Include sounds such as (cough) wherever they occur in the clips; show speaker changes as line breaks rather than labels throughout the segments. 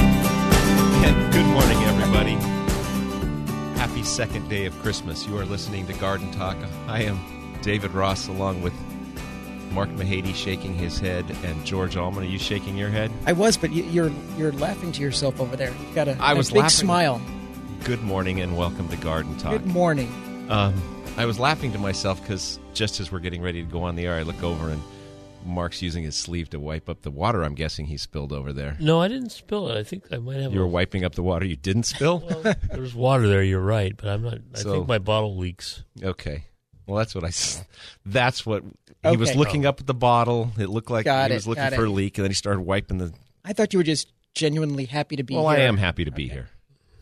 And good morning, everybody. Happy second day of Christmas. You are listening to Garden Talk. I am David Ross, along with Mark Mahady shaking his head, and George Allman. Are you shaking your head?
I was, but you, you're you're laughing to yourself over there. You've got a,
I
a
was
big
laughing.
smile.
Good morning, and welcome to Garden Talk.
Good morning.
Um, I was laughing to myself because just as we're getting ready to go on the air, I look over and Mark's using his sleeve to wipe up the water. I'm guessing he spilled over there.
No, I didn't spill it. I think I might have.
You were
a,
wiping up the water you didn't spill.
well, (laughs) there's water there. You're right, but I'm not. I
So-
think my bottle leaks.
Okay. Well, that's what I. s- That's what he was
Okay.
looking up at the bottle. It looked like
Got
he
it,
was looking
got
for
it.
a leak, and then he started wiping the.
I thought you were just genuinely happy to be
well,
here.
I am happy to be here.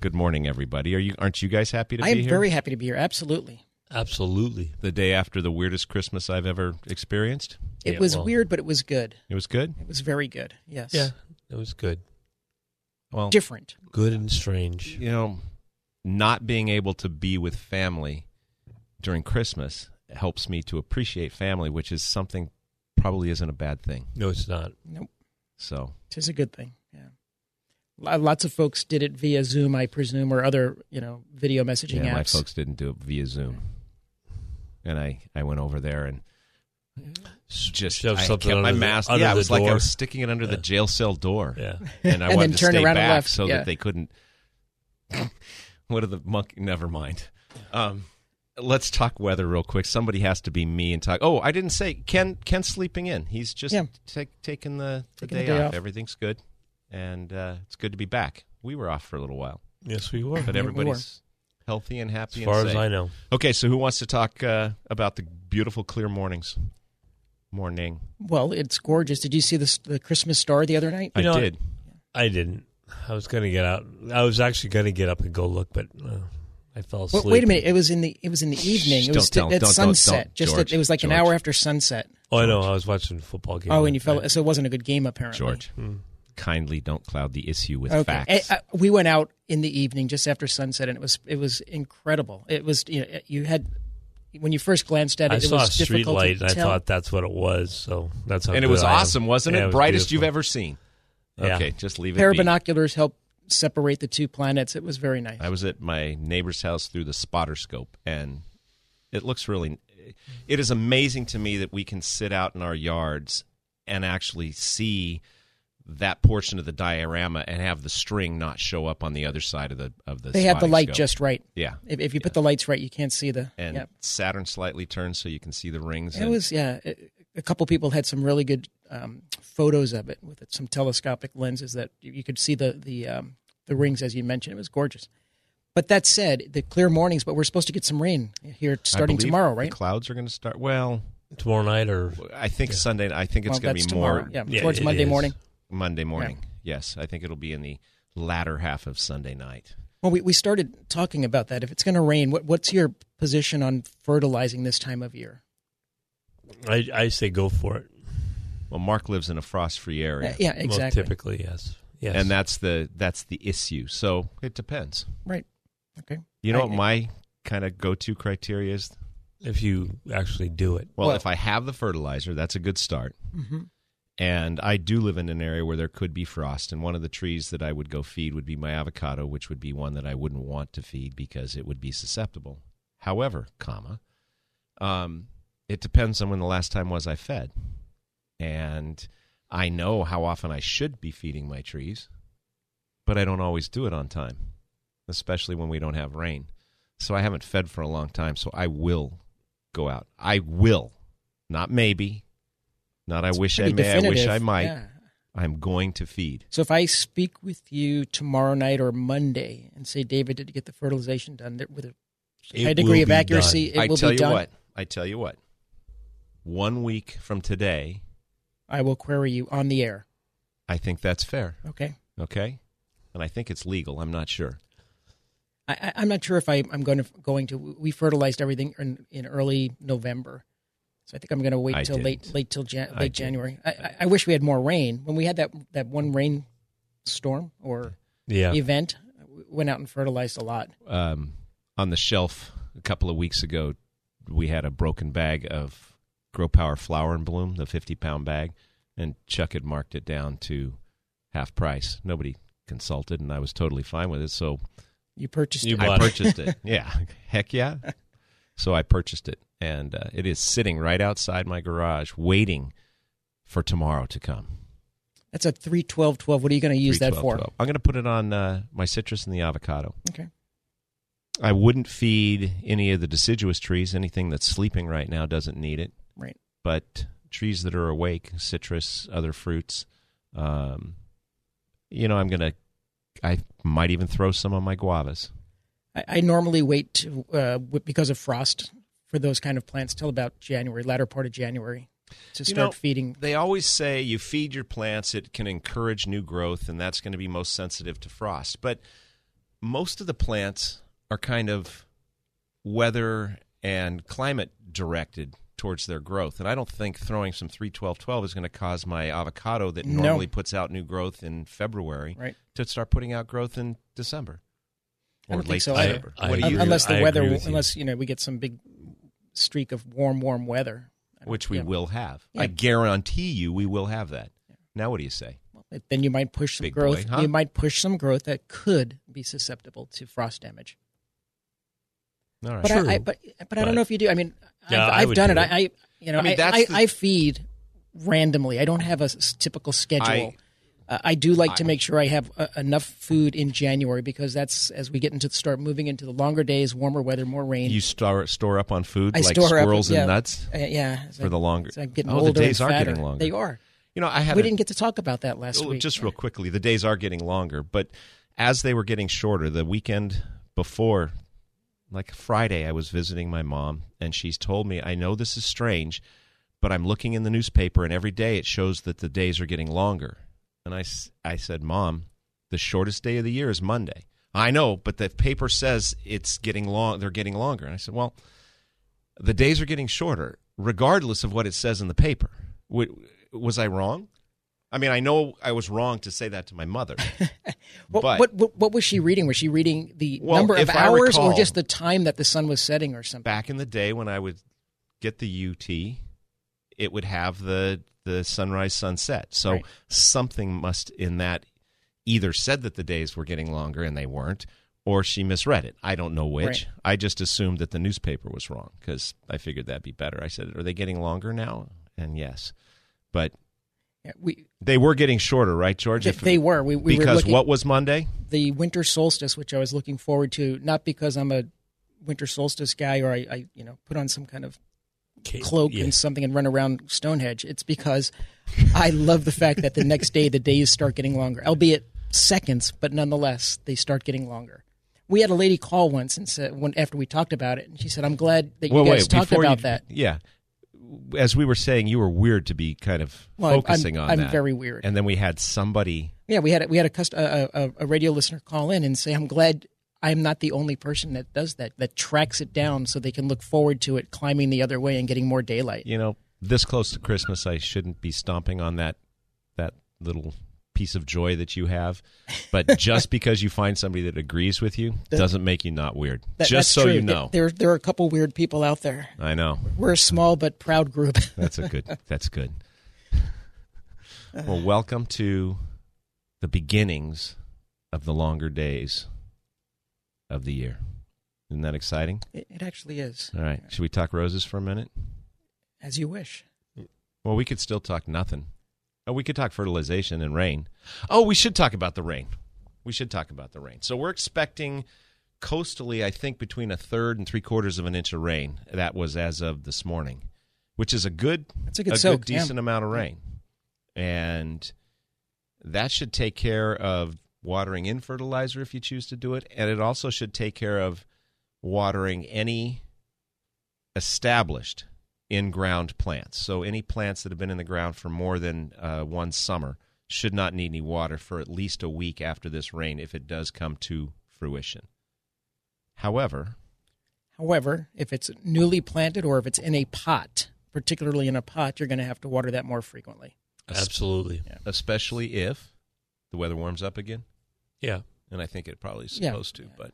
Good morning, everybody. Are you? Aren't you guys happy to
I am
be here?
very happy to be here. Absolutely.
Absolutely.
The day after the weirdest Christmas I've ever experienced.
It
Yeah,
was
well-
weird, but it was good.
It was good.
It was very good. Yes.
Yeah, it was good.
Well,
Different.
Good and strange.
you know, not being able to be with family during Christmas helps me to appreciate family, which is something probably isn't a bad thing.
No, it's not.
Nope.
So
Tis a good thing. Yeah. Lo- Lots of folks did it via Zoom, I presume, or other you know video messaging
yeah,
apps.
my folks didn't do it via Zoom, and I I went over there and
S-
just
shove
I
something
kept my
under the-
mask.
under
yeah, it
the
was like I
door.
was sticking it under the
Yeah.
jail cell door,
(laughs) Yeah.
and I
And
wanted
then
to
turned
stay
around and
back
left,
so
yeah.
that they couldn't. (laughs) what are the monkey? Never mind. Um, let's talk weather real quick. Somebody has to be me and talk. Oh, I didn't say Ken. Ken's sleeping in. He's just
Yeah.
take- taking the, the
Taking
day,
the day
off.
off.
Everything's good, and uh, it's good to be back. We were off for a little
(laughs)
while,
Yes, we were.
but
Yeah, we were.
everybody's healthy and happy.
As far
and
as
safe.
I know,
Okay, so who wants to talk uh, about the beautiful clear mornings? Morning.
Well, it's gorgeous. Did you see the the Christmas star the other night?
I
You know,
did.
I didn't. I was gonna get out. I was actually gonna get up and go look, but uh, I fell
Well,
asleep.
wait a minute. It was in the it was in the evening. It
don't
was
tell-
at
don't- don't-
sunset.
don't,
just
George,
it was like an
George.
hour after sunset.
Oh, I know. I was watching a football game.
Oh, and you
that
fell.
night.
So it wasn't a good game, apparently.
George, kindly don't cloud the issue with
Mm. Okay. Eh,
facts.
I- I- we went out in the evening just after sunset, and it was it was incredible. It was you know eh, you had when you first glanced at it,
I
it
saw a
was
street
difficult
light,
to
and I
tell.
thought that's what it was. So that's how.
and it
good
was
I am.
awesome, wasn't
Yeah,
it?
was
Brightest you've
beautiful.
ever seen.
Yeah.
Okay, just leave it.
pair of
be.
binoculars help separate the two planets. It was very nice.
I was at my neighbor's house through the spotter scope, and it looks really. It is amazing to me that we can sit out in our yards and actually see that portion of the diorama and have the string not show up on the other side of the of the.
they had the
spotting
light
scope.
just right.
Yeah,
If, if you put the lights right, you can't see the.
and
yeah.
Saturn slightly turns so you can see the rings.
It
and
was yeah. it- a couple people had some really good um, photos of it with some telescopic lenses that you you could see the the um, the rings as you mentioned. It was gorgeous. But that said, the clear mornings. But we're supposed to get some rain here
I
starting
believe
tomorrow,
the
right?
clouds are going to start. Well,
tomorrow night or
I think Sunday. I think it's
well,
going
that's
to be
tomorrow.
more
yeah,
Yeah,
towards
it
Monday
is.
morning.
Monday morning. Yes, I think it'll be in the latter half of Sunday night.
Well, we, we started talking about that. If it's going to rain, what, what's your position on fertilizing this time of year?
I, I say go for it.
Well, Mark lives in a frost-free area,
Uh, yeah,
Well,
exactly.
typically, yes. Yes.
and that's the that's the issue. So it depends.
Right. Okay.
You know
I-
what my kind of go-to criteria is?
if you actually do it.
Well,
Well-
if I have the fertilizer, that's a good start.
Mhm.
And I do live in an area where there could be frost, and one of the trees that I would go feed would be my avocado, which would be one that I wouldn't want to feed because it would be susceptible. However, comma, um, it depends on when the last time was I fed, and I know how often I should be feeding my trees, but I don't always do it on time, especially when we don't have rain. So I haven't fed for a long time. So I will go out. I will, not maybe, not I wish I
Pretty
may, I wish I
definitive,
might.
yeah.
I'm going to feed.
So if I speak with you tomorrow night or Monday and say, David, did you get the fertilization done there with a high
It
degree
will
of
be
accuracy? It
I
will
tell
be
you
done.
what. I tell you what. One week from today,
I will query you on the air.
I think that's fair.
Okay.
Okay, and I think it's legal. I'm not sure.
I, I, I'm not sure if I, I'm going to going to. We fertilized everything in, in early November, so I think I'm going to wait
I
till late
didn't.
late till Jan,
I
late
didn't.
January. I, I, I wish we had more rain. When we had that that one rain storm or
Yeah.
event, we went out and fertilized a lot.
um, on the shelf a couple of weeks ago. We had a broken bag of Grow Power Flower and Bloom, the 50 pound bag, and Chuck had marked it down to half price. Nobody consulted, and I was totally fine with it. So
You purchased
You
it.
bought
I
(laughs)
it.
purchased it. Yeah. Heck yeah. So I purchased it, and uh, it is sitting right outside my garage waiting for tomorrow to come.
That's a three twelve twelve. What are you going to use that
312,
for?
12. I'm going to put it on uh, my citrus and the avocado.
Okay.
I wouldn't feed any of the deciduous trees. Anything that's sleeping right now doesn't need it.
Right.
But trees that are awake, citrus, other fruits, um, you know, I'm gonna. I might even throw some on my guavas.
I, I normally wait to, uh, w- because of frost for those kind of plants till about January, latter part of January, to
You
start
know,
feeding.
They always say you feed your plants; it can encourage new growth, and that's going to be most sensitive to frost. But most of the plants are kind of weather and climate directed towards their growth. And I don't think throwing some 31212 is going to cause my avocado that
No.
normally puts out new growth in February
Right.
to start putting out growth in December
I
or
don't think
late
so either.
December.
I-
what do
I-
you
unless the
agree
weather,
with you.
unless you know, we get some big streak of warm, warm weather,
which we
Yeah.
will have.
Yeah.
I guarantee you we will have that. Now what do you say?
Then you might push some
Big
growth.
boy, huh?
You might push some growth that could be susceptible to frost damage.
All right.
But I, I
True.
but but, I don't
But-
know if you do. I mean,
Yeah, I
I've, I've
would
done
do
it.
it.
I, I you know
I
I
mean, that's
I,
the-
I feed randomly. I don't have a s- typical schedule.
I-
Uh, I do like to
I-
make sure I have uh, enough food in January because that's as we get into start moving into the longer days, warmer weather, more rain.
you store store up on food
I
like
store up,
squirrels
yeah.
and nuts.
Uh, yeah, as
for
I-
the longer-
as I'm getting
Oh, the
older. and
days are getting
fatter.
longer.
They are.
You know, I have a-
We didn't get to talk about that last
Oh,
week.
Just
Yeah.
real quickly, the days are getting longer, but as they were getting shorter, the weekend before, like Friday, I was visiting my mom, and she's told me, I know this is strange, but I'm looking in the newspaper, and every day it shows that the days are getting longer. And I, s- I said, Mom, the shortest day of the year is Monday. I know, but the paper says it's getting long. They're getting longer. And I said, Well, the days are getting shorter, regardless of what it says in the paper. W- was I wrong? I mean, I know I was wrong to say that to my mother.
(laughs) What,
but
what, what, what was she reading? Was she reading the
Well,
number of
if I
hours or
recall-
just the time that the sun was setting or something?
back in the day when I would get the UT, it would have the the sunrise sunset. So
Right.
something must in that either said that the days were getting longer and they weren't, or she misread it. I don't know which.
Right.
I just assumed that the newspaper was wrong because I figured that'd be better. I said, "Are they getting longer now?" And yes, but
Yeah, we,
they were getting shorter, right, George?
they,
If-
they were. We, we were
because
looking
what was Monday?
the winter solstice, which I was looking forward to, not because I'm a winter solstice guy or I, I you know, put on some kind of
Kate-
cloak
yeah.
and something and run around Stonehenge. It's because I love the fact that the next day the days start getting longer, albeit seconds, but nonetheless they start getting longer. We had a lady call once and said when after we talked about it, and she said, "I'm glad that you guys talked
before
about
you-
that."
Yeah. As we were saying, you were weird to be kind of
Well, I'm-
focusing
I'm,
on
I'm
that.
very weird.
And then we had somebody.
yeah, we had a, we had a, cust- a, a a radio listener call in and say, "I'm glad." I'm not the only person that does that, that tracks it down so they can look forward to it climbing the other way and getting more daylight.
You know, this close to Christmas, I shouldn't be stomping on that that little piece of joy that you have.
(laughs)
But just because you find somebody that agrees with you doesn't make you not weird.
That-
just
that's
so
true.
you
There-
know,
There, there are a couple weird people out there.
I know
We're a small but
(laughs)
proud group.
that's a good. that's good. Well, welcome to the beginnings of the longer days of the year. Isn't that exciting?
It, it actually is,
All right. Should we talk roses for a minute?
as you wish.
Well, we could still talk nothing. Oh, we could talk fertilization and rain. Oh, we should talk about the rain. We should talk about the rain. So we're expecting coastally, I think between a third and three quarters of an inch of rain. That was as of this morning, which is a good,
That's a good soak, yeah.
decent amount of rain, and that should take care of watering in fertilizer if you choose to do it, and it also should take care of watering any established in ground plants. So any plants that have been in the ground for more than uh, one summer should not need any water for at least a week after this rain if it does come to fruition. However,
However, if it's newly planted or if it's in a pot, particularly in a pot, you're going to have to water that more frequently.
Absolutely. Yeah.
especially if the weather warms up again, and I think it probably is
Yeah.
supposed to, but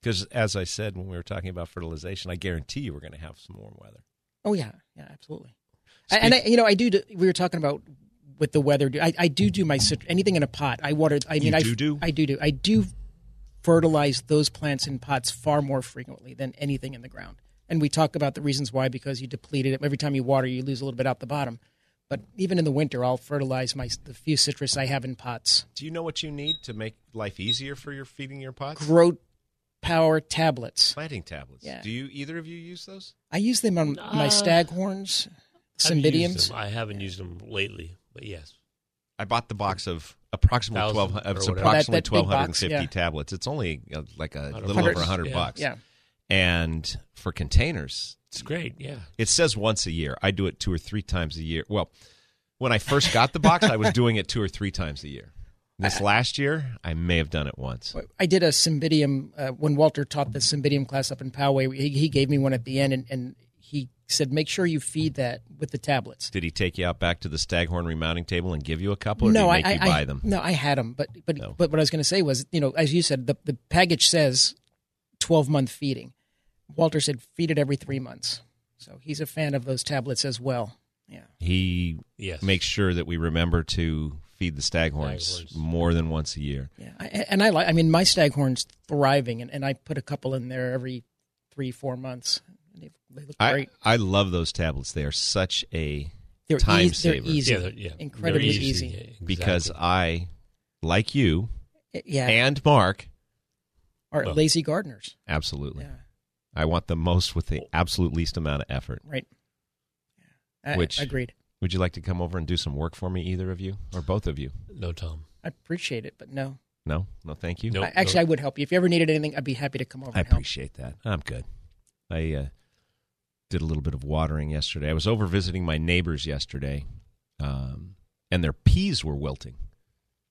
because as I said when we were talking about fertilization, I guarantee you we're going to have some warm weather.
Oh yeah, yeah, absolutely. I- and I, you know, I do, do. We were talking about with the weather. do- I, I do do my cit- anything in a pot. I water. I
You
mean, I
do do?
I do do. I do fertilize those plants in pots far more frequently than anything in the ground. And we talk about the reasons why because you deplete it every time you water. You lose a little bit out the bottom. But even in the winter, I'll fertilize my the few citrus I have in pots.
Do you know what you need to make life easier for your feeding your pots?
Grow power tablets.
Planting tablets.
Yeah.
Do you either of you use those?
I use them on my
Uh,
staghorns,
I've used
cymbidiums.
them. I haven't used them lately, but yes.
I bought the box of approximately
Thousand
twelve.
or
It's
whatever.
approximately
That- that big
twelve
box,
hundred and fifty
yeah.
tablets. It's only uh, like a
Hundred
little
bucks.
over hundred
Yeah.
bucks.
Yeah.
And for containers,
It's great. Yeah.
it says once a year. I do it two or three times a year. Well, when I first got the box, I was doing it two or three times a year. This last year, I may have done it once.
I did a cymbidium uh, when Walter taught the cymbidium class up in Poway. He, he gave me one at the end, and, and he said, "Make sure you feed that with the tablets."
Did he take you out back to the Staghorn remounting table and give you a couple, or did he make you buy them?
no, I had them, but but
No.
but what I was going to say was, you know, as you said, the the package says twelve month feeding. Walter said feed it every three months, so he's a fan of those tablets as well. Yeah,
He
Yes.
makes sure that we remember to feed the staghorns,
Staghorns.
more than once a year.
yeah, I, and I like. I mean, my staghorns thriving, and, and I put a couple in there every three four months. They, they look
I
great.
I love those tablets. They are such a
They're,
Time
eas- they're
saver.
easy.
Yeah, they're- yeah.
Incredibly
They're
easy.
Yeah, exactly.
because uh, I like you
Uh, Yeah.
and Mark
or
Well-
lazy gardeners.
absolutely.
Yeah.
I want the most with the absolute least amount of effort.
Right. Yeah. I-
Which-
agreed.
Would you like to come over and do some work for me, either of you or both of you?
no Tom.
I appreciate it, but no.
No, no, thank you.
Nope,
I, actually,
nope.
I would help you if you ever needed anything. I'd be happy to come over.
I
and help.
appreciate that. I'm good. I uh, did a little bit of watering yesterday. I was over visiting my neighbors yesterday, um, and their peas were wilting.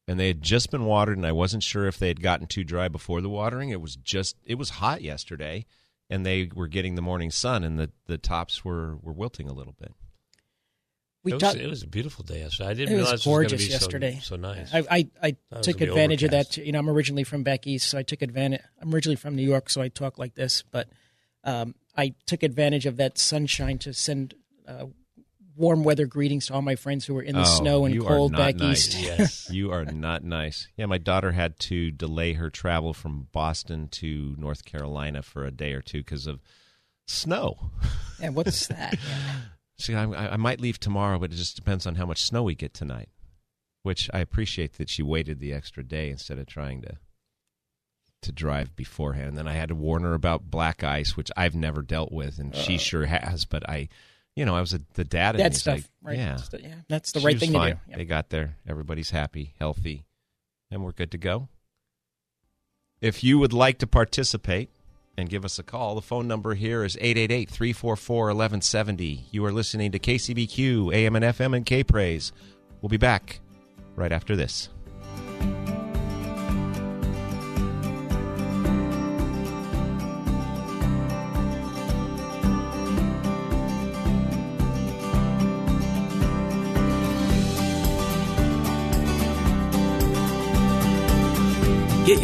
And they had just been watered, and I wasn't sure if they had gotten too dry before the watering. It was just, it was hot yesterday, and they were getting the morning sun, and the, the tops were, were wilting a little bit.
We
it, was,
talked.
it was a beautiful day yesterday. I
It
didn't
was,
realize it was gonna
gorgeous
be
yesterday.
So, so nice.
I I, I
was
took
gonna be
advantage of that.
overcast.
Too. You know, I'm originally from back east, so I took advantage. I'm originally from New York, so I talk like this. But um, I took advantage of that sunshine to send uh, warm weather greetings to all my friends who were in the
Oh,
snow and
you are
cold
not
back
nice.
(laughs) east.
yes.
You are not nice. Yeah, my daughter had to delay her travel from Boston to North Carolina for a day or two because of snow. (laughs)
And what's that? Yeah.
See, I, I might leave tomorrow, but it just depends on how much snow we get tonight. Which I appreciate that she waited the extra day instead of trying to to drive beforehand. And then I had to warn her about black ice, which I've never dealt with, and she sure has. But I, you know, I was a, the dad. in me
Uh. That
is
stuff,
like,
right?
Yeah,
Just- yeah, that's the
She
right
was
thing
fine.
to do. Yeah.
They got there. Everybody's happy, healthy, and we're good to go. If you would like to participate and give us a call, the phone number here is 888 344 1170. You are listening to KCBQ, AM and FM, and K Praise. We'll be back right after this.
Get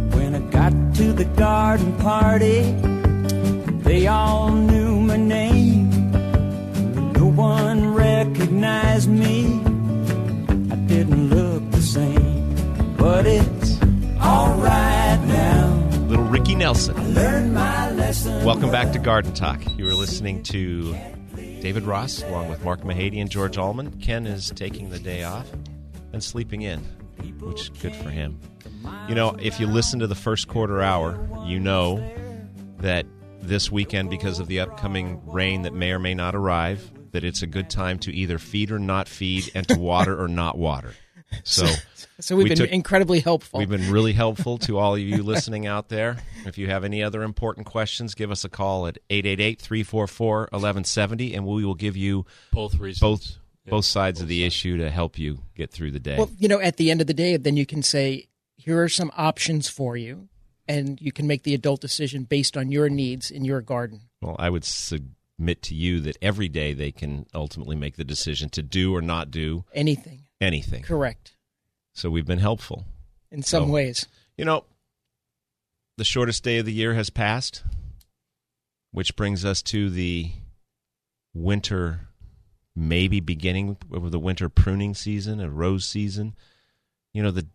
When I got to the garden party, They all knew my name. No one recognized me. I didn't look the same, but it's alright now.
Little Ricky Nelson.
Learned my lesson.
Welcome back to Garden Talk. You are listening to David Ross along with Mark Mahady and George Allman. Ken is taking the day off and sleeping in, which is good for him. You know, if you listen to the first quarter hour, you know that this weekend, because of the upcoming rain that may or may not arrive, that it's a good time to either feed or not feed and to water or not water. So,
So we've
we
been
took-
incredibly helpful.
We've been really helpful to all of you listening out there. If you have any other important questions, give us a call at 888-344-1170 and we will give you
Both reasons.
both both sides of the issue to help you get through the day.
well, you know, at the end of the day, then you can say, here are some options for you, and you can make the adult decision based on your needs in your garden.
Well, I would submit to you that every day they can ultimately make the decision to do or not do
Anything.
anything.
Correct.
So we've been helpful.
In some
Oh.
ways.
You know, the shortest day of the year has passed, which brings us to the winter, maybe beginning of the winter pruning season, a rose season. You know, the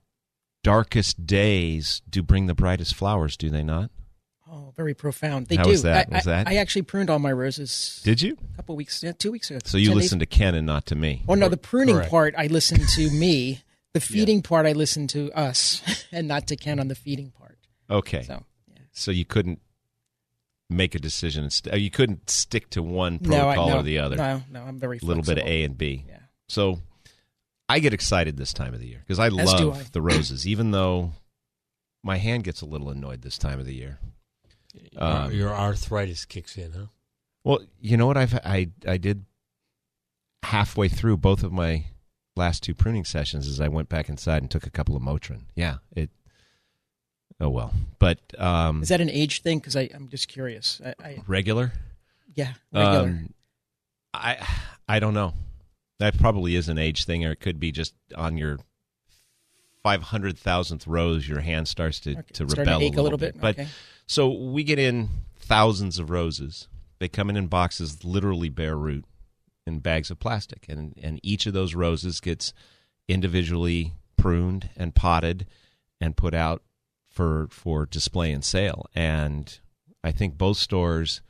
darkest days do bring the brightest flowers, do they not?
Oh, very profound. They
How
do.
was that?
I,
Was
I-
that-
I actually pruned all my roses
Did you?
a couple weeks, yeah, two weeks ago.
So you
10 days-
listened to Ken and not to me.
Oh no, the pruning
Correct.
part I listened
(laughs)
to me. The feeding part I listened to us, (laughs) and not to Ken on the feeding part.
Okay. So,
So yeah.
you couldn't make a decision. and st- uh, You couldn't stick to one
no, I,
protocol
no,
or the other.
No, no, I'm very
a little bit of
flexible.
A and B.
Yeah.
So I get excited this time of the year because I
As do
love
I.
the roses, even though my hand gets a little annoyed this time of the year. Um,
your arthritis kicks in, huh?
Well, you know what I've I I did halfway through both of my last two pruning sessions is I went back inside and took a couple of Motrin. Yeah, it. Oh well, but um,
Is that an age thing? Because I'm just curious. I, I
regular?
yeah, regular.
Um, I I don't know. That probably is an age thing, or it could be just on your five hundred thousandth rows, your hand starts to,
Okay,
to
starting to
rebel
ache a
a
little
little
bit,
bit. But
okay.
so we get in thousands of roses. They come in in boxes, literally bare root, in bags of plastic, and and each of those roses gets individually pruned and potted and put out for for display and sale. And I think both stores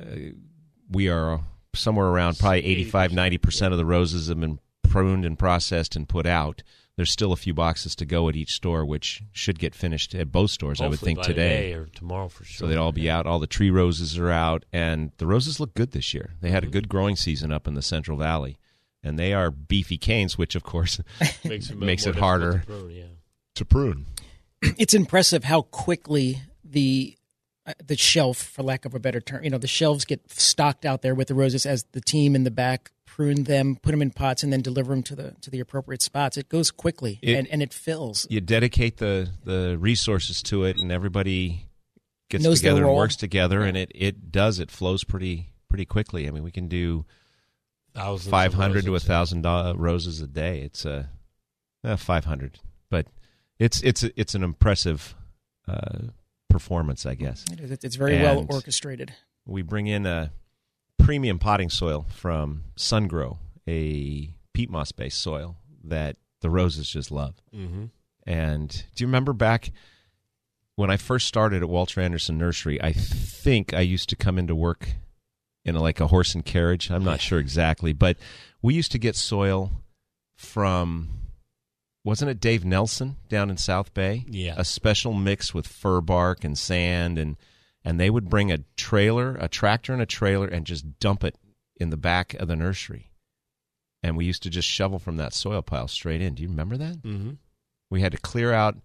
uh, we are somewhere around probably 85 90% of the roses have been pruned and processed and put out there's still a few boxes to go at each store which should get finished at both stores i would
Hopefully
think
by
today
or tomorrow for sure.
so they'd all be out all the tree roses are out and the roses look good this year they had a good growing season up in the central valley and they are beefy canes which of course (laughs)
Makes
Makes
it, more
it
difficult
harder.
to prune, yeah.
to prune
it's impressive how quickly the uh, the shelf, for lack of a better term, you know, the shelves get stocked out there with the roses as the team in the back prune them, put them in pots, and then deliver them to the to the appropriate spots. It goes quickly
It-
and, and it fills.
you dedicate the the resources to it and everybody gets
Knows their
together and
role.
works together and it it does it flows pretty pretty quickly i mean we can do
Thousands of
five hundred to a
roses.
thousand do- uh, roses a day. It's a uh, five hundred, but it's it's it's an impressive uh, performance, I guess.
It is- It's very well
And-
orchestrated.
We bring in a premium potting soil from Sungrow, a peat moss based soil that the roses just love.
Mhm.
And do you remember back when I first started at Walter Anderson Nursery? I think I used to come into work in a, like a horse and carriage. I'm not sure exactly, but we used to get soil from wasn't it Dave Nelson down in South Bay?
Yeah.
a special mix with fir bark and sand and and they would bring a trailer, a tractor and a trailer and just dump it in the back of the nursery. And we used to just shovel from that soil pile straight in. Do you remember that?
Mhm.
We had to clear out. (laughs)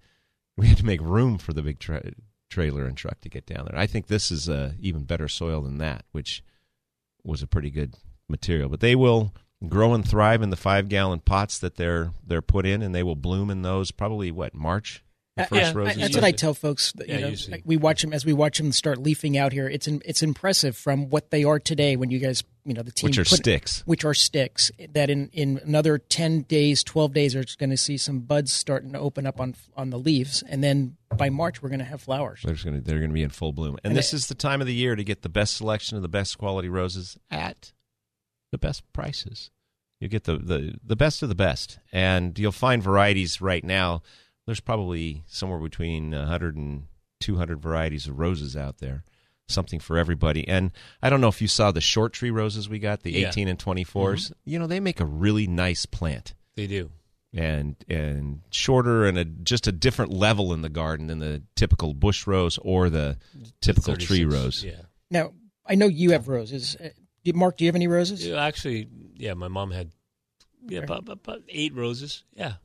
We had to make room for the big tra- trailer and truck to get down there. I think this is uh, even better soil than that, which was a pretty good material. But they will grow and thrive in the five gallon pots that they're they're put in, and they will bloom in those probably what March The
Uh,
first
yeah,
roses.
that's
you
what I
see.
tell folks. That,
Yeah,
you know,
you see.
like, we watch them as we watch them start leafing out here. It's in, it's impressive from what they are today. When you guys, you know, the team
Which are
put-
sticks.
which are sticks. That in in another ten days, twelve days, are going to see some buds starting to open up on on the leaves, and then by March we're going to have flowers.
They're going to they're going to be in full bloom, and,
And
this
they-
is the time of the year to get the best selection of the best quality roses at the best prices. You get the the the best of the best, and you'll find varieties right now. There's probably somewhere between 100 and 200 varieties of roses out there, something for everybody. And I don't know if you saw the short tree roses we got, the
Yeah.
18 and 24s. You know, they make a really nice plant
They do.
and and shorter and a just a different level in the garden than the typical bush rose or the typical
The
tree
36
rose.
Yeah.
Now I know you have roses. Uh, do- Mark, do you have any roses?
Yeah, Actually, yeah, my mom had yeah, about, about- about eight roses. Yeah.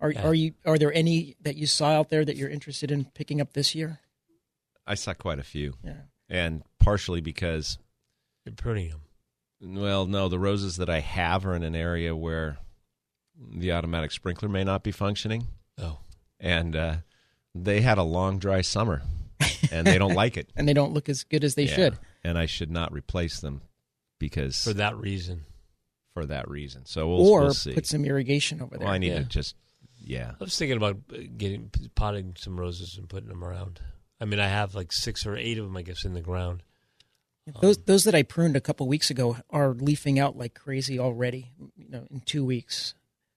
Are
Yeah.
are you are there any that you saw out there that you're interested in picking up this year?
I saw quite a few,
Yeah.
and partially because
You're pruning them.
well, no, the roses that I have are in an area where the automatic sprinkler may not be functioning,
Oh.
and uh, they had a long dry summer, and they don't like (laughs) it.
And they don't look as good as they
Yeah.
should.
and I should not replace them because
For
for,
that reason.
that reason. So we'll,
or
we'll see.
put some irrigation over there.
well, I need
Yeah.
to just yeah.
I was thinking about uh, getting potting some roses and putting them around. I mean, I have like six or eight of them, I guess, in the ground.
Those those that I pruned a couple weeks ago are leafing out like crazy already. You know, in two weeks.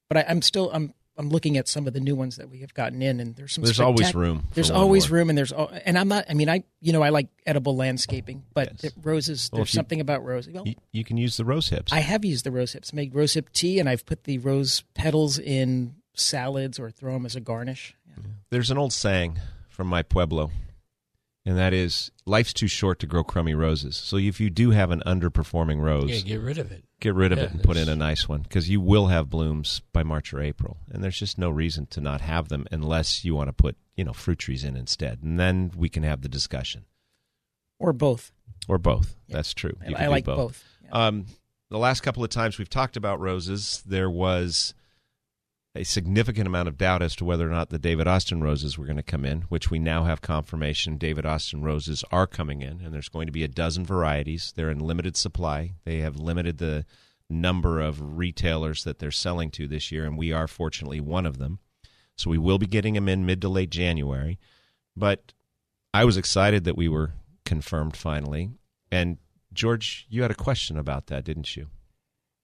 But I, I'm still I'm I'm looking at some of the new ones that we have gotten in, and there's some.
There's always
spectac-
room for
There's
one
always
more.
room, and there's al- and I'm not. I mean, I you know I like edible landscaping, but
Yes.
the roses.
Well,
there's
if you-
something about roses. Well,
You, you can use the rose hips.
I have used the rose hips, made rose hip tea, and I've put the rose petals in salads or throw them as a garnish.
There's an old saying from my pueblo, and that is life's too short to grow crummy roses. So if you do have an underperforming rose,
Yeah,
get,
get rid of it.
rid of
yeah,
it and put in
it's-
a nice one because you will have blooms by March or April. And there's just no reason to not have them unless you want to put, you know, fruit trees in instead. And then we can have the discussion
Or both.
or both.
Yeah.
That's true.
I-
You
I
can do
like both. Yeah.
Um, the last couple of times we've talked about roses, there was a significant amount of doubt as to whether or not the David Austin roses were going to come in, which we now have confirmation David Austin roses are coming in, and there's going to be a dozen varieties. They're in limited supply. They have limited the number of retailers that they're selling to this year, and we are fortunately one of them. So we will be getting them in mid to late January. But I was excited that we were confirmed finally. And George, you had a question about that, didn't you?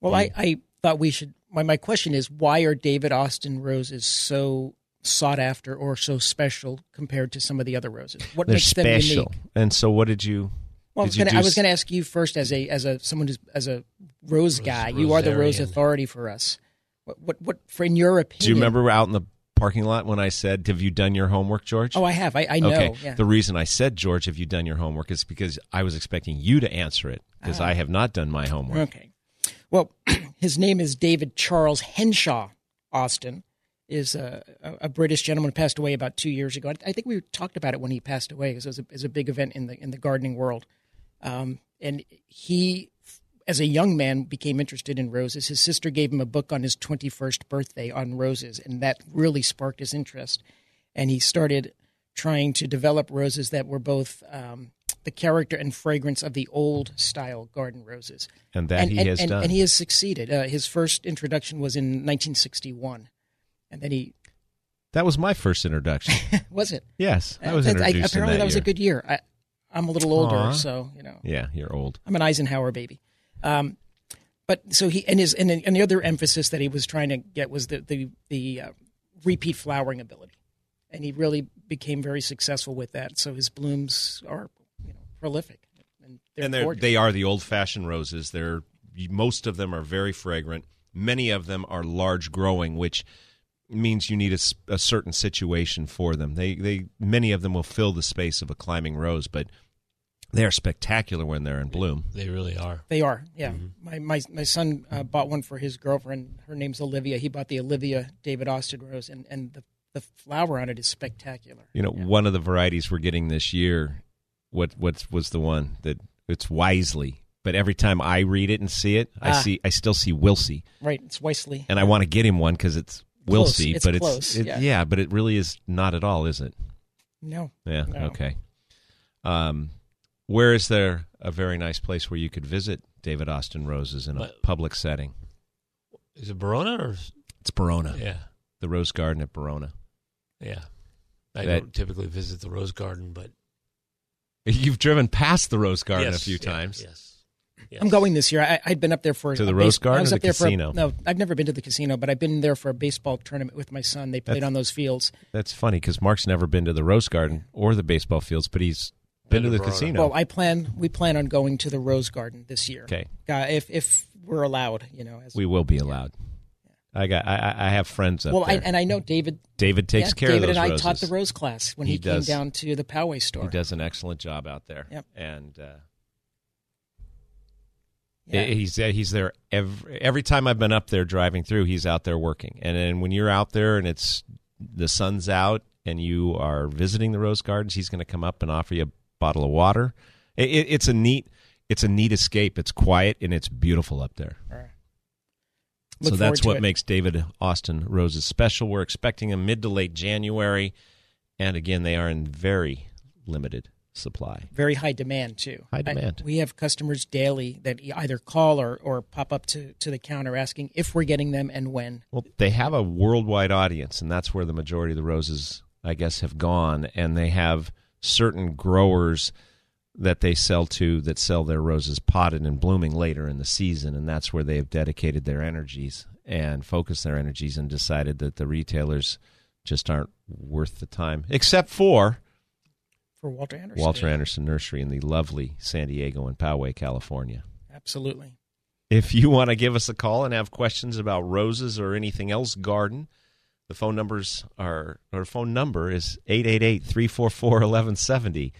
Well, I, I thought we should. My, my question is why are David Austin roses so sought after or so special compared to some of the other roses? What makes them unique?
And so, what did you?
Well,
did
I was
you
gonna,
do
I was
s-
going to ask you first as a as a someone who's as a rose
Rose-
guy. you are the rose
rosarian.
authority for us. What what what for in your opinion?
Do you remember out in the parking lot when I said, "Have you done your homework, George?"
Oh, I have. I, I know.
Okay.
Yeah.
The reason I said, George, have you done your homework is because I was expecting you to answer it because
Ah.
I have not done my homework.
Okay. Well, (clears throat) his name is David Charles Henshaw Austin. Is a, a a British gentleman who passed away about two years ago. I, I think we talked about it when he passed away because it was a, it was a big event in the in the gardening world. Um, and he, as a young man, became interested in roses. His sister gave him a book on his twenty first birthday on roses, and that really sparked his interest. And he started trying to develop roses that were both um, the character and fragrance of the old style garden roses
And that
and,
he
and-
has
and-
done.
And he has succeeded. Uh, his first introduction was in 1961, and then he
that was my first
(laughs)
introduction.
was it.
yes, I was
Uh,
introduced. in
apparently, that, was
year.
a good year. I, I'm a little older,
Aw.
so you know,
Yeah, you're old.
I'm an Eisenhower baby. Um, but so he and his and, and the other emphasis that he was trying to get was the the the uh, repeat flowering ability, and he really became very successful with that. So his blooms are you know, prolific, and they're,
and they're,
gorgeous.
they are the old-fashioned roses. They're most of them are very fragrant. Many of them are large growing, which means you need a, s- a certain situation for them. They they many of them will fill the space of a climbing rose, but they are spectacular when they're in bloom.
They really are.
They are, yeah.
Mm-hmm.
My my my son uh, bought one for his girlfriend. Her name's Olivia. He bought the Olivia David Austin rose, and and the the flower on it is spectacular.
You know, one of the varieties we're getting this year, what what was the one that it's wisely, but every time I read it and see it, I
Ah.
see I still see Wilsey,
Right, it's Wesley.
and I want to get him one because it's We'll
Close.
see,
It's
but
close,
it's it,
yeah.
yeah, but it really is not at all, is it?
No.
Yeah.
No.
Okay. Um, where is there a very nice place where you could visit David Austin Roses in a
But-
public setting?
Is it Verona or
It's Barona,
yeah,
the Rose Garden at Barona.
yeah. I
That-
don't typically visit the Rose Garden, but
(laughs) You've driven past the Rose Garden
yes,
a few
yeah,
times.
Yes, yes.
I'm going this year. I, I'd been up there for
To the
a
Rose Garden
I was
or
up
the
there
casino?
For, no, I've never been to the casino, but I've been there for a baseball tournament with my son. They played
That's-
on those fields.
That's funny because Mark's never been to the Rose Garden or the baseball fields, but he's been,
Been
to
to
the
Verona.
casino.
Well, I plan. We plan on going to the Rose Garden this year.
okay,
Uh, if if we're allowed, you know. As,
we will be allowed. I got. I- I, I have friends up
well, I,
there.
and I know David
David takes
yeah,
care
David
of those
and I
roses.
taught the Rose class when
He
he, came
does.
down to the Poway store.
He does an excellent job out there.
Yep.
And uh,
Yeah.
He's he's there every every time I've been up there driving through. He's out there working, and then when you're out there and it's the sun's out and you are visiting the rose gardens, he's going to come up and offer you a bottle of water. It, it, it's a neat it's a neat escape. It's quiet and it's beautiful up there.
All right.
so
Look
that's
forward
what
to it.
makes David Austin Roses special. We're expecting them mid to late January, and again they are in very limited supply.
very high demand too.
High
I-
demand.
we have customers daily that e- either call or, or pop up to, to the counter asking if we're getting them and when.
Well, they have a worldwide audience, and that's where the majority of the roses, I guess, have gone. And they have certain growers that they sell to that sell their roses potted and blooming later in the season, and that's where they have dedicated their energies and focused their energies and decided that the retailers just aren't worth the time, except for
For Walter Anderson.
Walter Anderson Nursery in the lovely San Diego and Poway, California.
Absolutely.
If you want to give us a call and have questions about roses or anything else garden, the phone numbers are or phone number is 888-344-1170.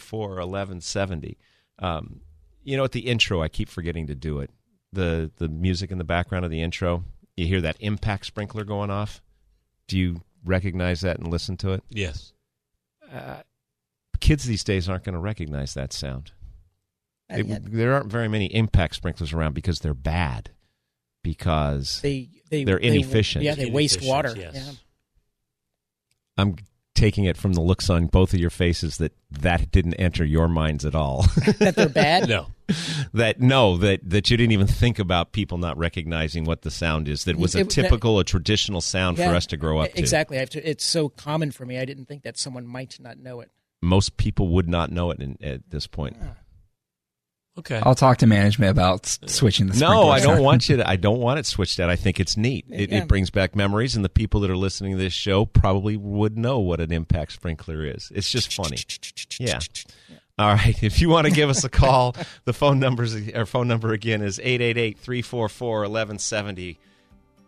888-344-1170. Um, you know at the intro I keep forgetting to do it. The the music in the background of the intro, you hear that impact sprinkler going off? Do you recognize that and listen to it?
Yes,
Kids these days aren't going to recognize that sound.
I-
It- there aren't very many impact sprinklers around because they're bad. Because
they, they,
They're
they-
inefficient.
yeah, they waste
Inefficient,
water.
Yes.
Yeah.
I'm taking it from the looks on both of your faces that that didn't enter your minds at all. (laughs)
That they're bad.
No,
that no, that that you didn't even think about people not recognizing what the sound is. That was a
It- that-
typical, a traditional sound
Yeah. E-
for us to grow up to.
Exactly. I have to, it's so common for me. I didn't think that someone might not know it.
Most people would not know it in, at this point.
okay.
I'll talk to management about s- switching the.
No,
sprinkler
I don't
system.
want you. To, I don't want it switched out. I think it's neat. It,
Yeah.
it brings back memories, and the people that are listening to this show probably would know what an impact sprinkler is. It's just funny. Yeah. All right. (laughs) If you want to give us a call, the phone numbers our phone number again is 888-344-1170.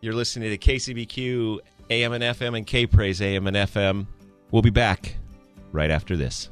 You're listening to KCBQ AM and FM and K Praise AM and FM. We'll be back right after this.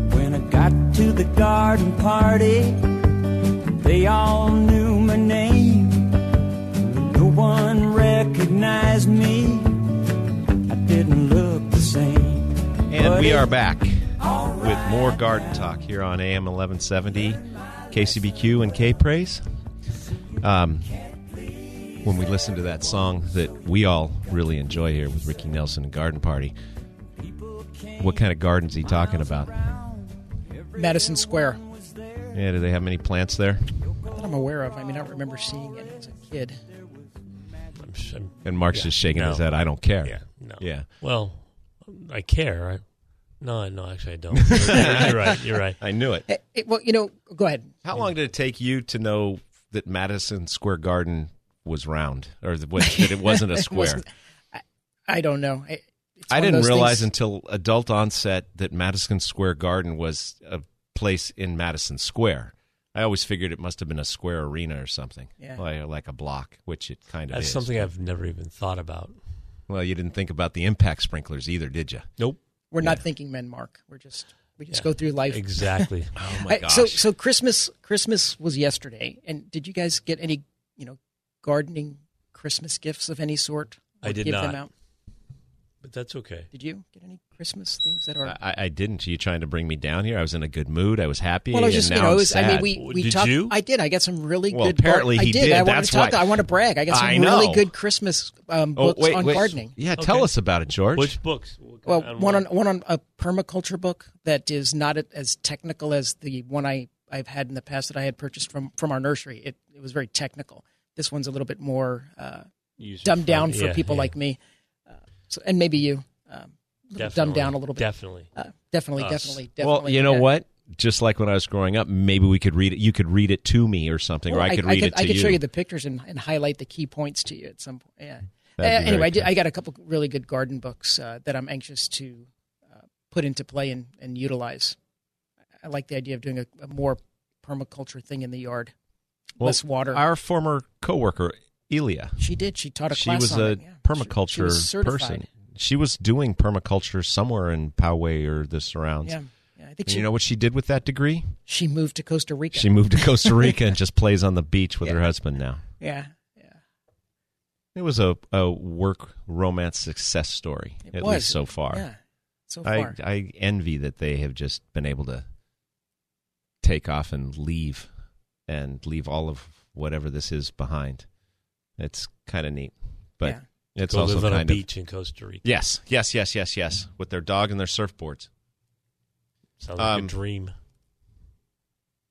When I got to the garden party, they all knew my name. No one recognized me. I didn't look the same.
And
But
we
it-
are back with more garden talk here on AM 1170, KCBQ and K Praise. Um, when we listen to that song that we all really enjoy here with Ricky Nelson and Garden Party, what kind of gardens he talking about?
Madison Square.
Yeah, do they have many plants there?
That I'm aware of. I mean, I don't remember seeing it as a kid.
I'm, sh- I'm,
And Mark's
yeah,
just shaking
no.
his head. I don't care.
Yeah, no.
Yeah.
Well, I care. I, no, no, actually, I
(laughs)
don't. You're, you're right. You're right.
I knew it.
Eh, eh, well, you know, go ahead.
How long did it take you to know that Madison Square Garden was round or the, was, that it wasn't a
It
square.
wasn't- I, I don't know. I, it's
I
one of
didn't
those
realize
things-
until adult onset that Madison Square Garden was a place in Madison Square. I always figured it must have been a square arena or something,
Yeah.
like, like a block, which it kind of
That's
is.
something I've never even thought about.
Well, you didn't think about the impact sprinklers either, did you?
Nope.
we're not thinking men, Mark. We're just we just go through life. (laughs)
Exactly.
Oh
I- so so Christmas Christmas was yesterday, and did you guys get any you know gardening Christmas gifts of any sort?
I
Or
did
give Them
not.
out?
but that's okay.
Did you get any Christmas things that are?
I, I didn't. Are you trying to bring me down here? I was in a good mood. I was happy.
well, I was just
and
you
now
know
I'm
it was, I mean
sad.
we
W-
we
did
talked.
you?
I did. I got some really
Well,
good. gar-
apparently
I
he
did.
did.
I want
That's
to talk.
why-
I want to brag. I got some
I
really
know.
good Christmas um,
Oh,
books
wait,
on
wait.
gardening.
Yeah, tell
Okay.
us about it, George.
Which books? What-
Well, one on
what?
one on a permaculture book that is not a- as technical as the one I I've had in the past that I had purchased from from our nursery. It it was very technical. This one's a little bit more uh,
User
dumbed down
friendly.
for
Yeah,
people
yeah.
like me, uh, so, and maybe you. Um, a little dumbed
Definitely.
down a little bit.
Definitely.
uh, definitely,
Us.
definitely,
well,
definitely.
you know
yeah.
what? Just like when I was growing up, maybe we could read it. You could read it to me or something,
Well,
or I could read it to
I could show you the pictures and, and highlight the key points to you at some point. Yeah. Uh,
That'd be very
anyway, I, did,
cool.
I got a couple really good garden books uh, that I'm anxious to uh, put into play and, and utilize. I like the idea of doing a, a more permaculture thing in the yard,
Well,
less water.
Our former coworker Elia,
she did. She taught a
she
class
was
on
a
it, yeah. She-
permaculture
she was certified.
person. She was doing permaculture somewhere in Poway or the surrounds.
Yeah, yeah. I think
And
she
you know what she did with that degree?
she moved to Costa Rica.
She moved to
(laughs)
Costa Rica and just plays on the beach with her husband now.
yeah, yeah.
It was a, a work romance success story,
It
at
was
least so far.
Yeah, so far.
I, I envy that they have just been able to take off and leave and leave all of whatever this is behind. It's kind of neat, but
Yeah.
it's
Go
also
live on
kind
a
of
beach in Costa Rica.
yes, yes, yes, yes, yes, with their dog and their surfboards.
Sounds like
Um,
a dream.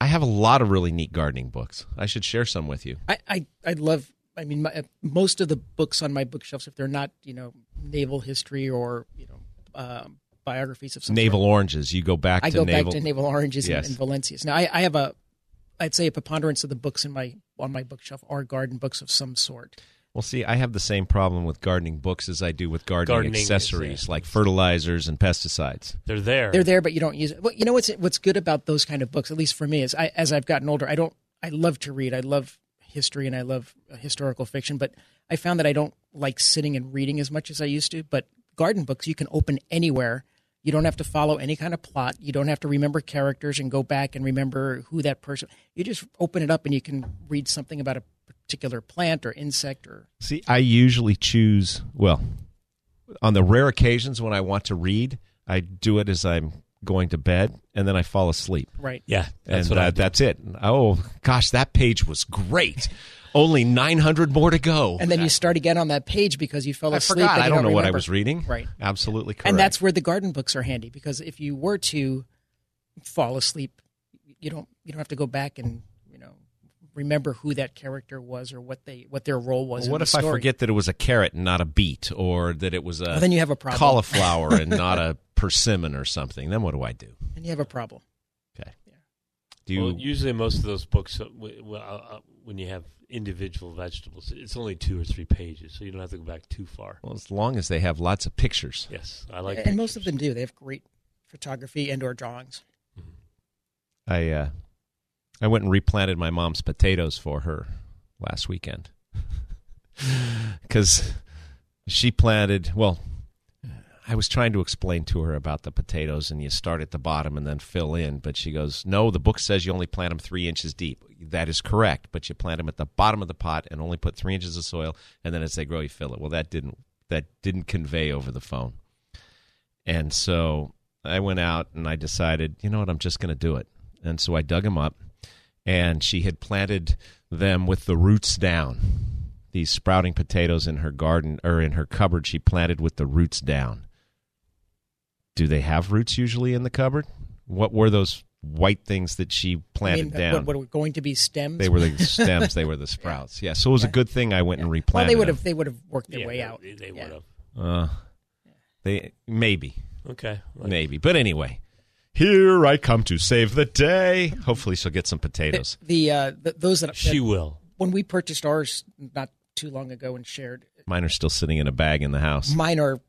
I have a lot of really neat gardening books. I should share some with you.
I, I, I love. I mean, my, most of the books on my bookshelves, if they're not, you know, naval history or you know, um, biographies of some sort,
Naval oranges. You go back
I
to
go
naval.
back to naval oranges
Yes.
and, and Valencias. Now, I, I have a, I'd say a preponderance of the books in my on my bookshelf are garden books of some sort.
Well, see, I have the same problem with gardening books as I do with gardening,
Gardening is,
accessories
yeah.
like fertilizers and pesticides.
They're there.
They're there, but you don't use it. Well, you know what's what's good about those kind of books, at least for me, is I, as I've gotten older, I don't. I love to read. I love history and I love uh, historical fiction, but I found that I don't like sitting and reading as much as I used to. But garden books, you can open anywhere. You don't have to follow any kind of plot. You don't have to remember characters and go back and remember who that person. You just open it up and you can read something about a particular plant or insect or
See, I usually choose, well, on the rare occasions when I want to read, I do it as I'm going to bed and then I fall asleep.
right.
Yeah, that's
and
what
uh,
I do.
that's it. Oh, gosh, that page was great. Only 900 more to go.
And then you start again on that page because you fell
I
asleep.
forgot.
and you
I don't, know what I
remember.
was reading.
Right.
Absolutely correct.
And that's where the garden books are handy because if you were to fall asleep, you don't you don't have to go back and you know remember who that character was or what they what their role was. in
what
the
if I
story.
forget that it was a carrot and not a beet or that it was a
Well, then you have a problem. (laughs)
cauliflower and not a persimmon or something? Then what do I do?
And you have a problem.
Okay. Do you
well, usually most of those books, uh, w- well, uh, uh, when you have individual vegetables, it's only two or three pages, so you don't have to go back too far.
Well, as long as they have lots of pictures.
Yes, I like.
and most of them do. They have great photography and or drawings.
I uh, I went and replanted my mom's potatoes for her last weekend (laughs) because she planted. Well, I was trying to explain to her about the potatoes, and you start at the bottom and then fill in. But she goes, "No, the book says you only plant them three inches deep. That is correct, but you plant them at the bottom of the pot and only put three inches of soil, and then as they grow, you fill it." Well, that didn't that didn't convey over the phone, and so I went out and I decided, you know what, I'm just going to do it. And so I dug them up, and she had planted them with the roots down. These sprouting potatoes in her garden or in her cupboard, she planted with the roots down. Do they have roots usually in the cupboard? What were those white things that she planted
I mean, uh,
down?
What, what are going to be stems?
they
(laughs)
were the stems, they were the sprouts. Yeah, so it was a good thing I went and
well,
replanted.
they would
them.
have they would have worked their
Yeah,
way
they-
out.
They,
Yeah.
would have.
Uh, they maybe
Okay. Like,
Maybe. But anyway, here I come to save the day. Hopefully, she'll get some
The,
potatoes.
the, uh, the those that, that
She will.
when we purchased ours not too long ago and shared.
Mine are still sitting in a bag in the house.
Mine are,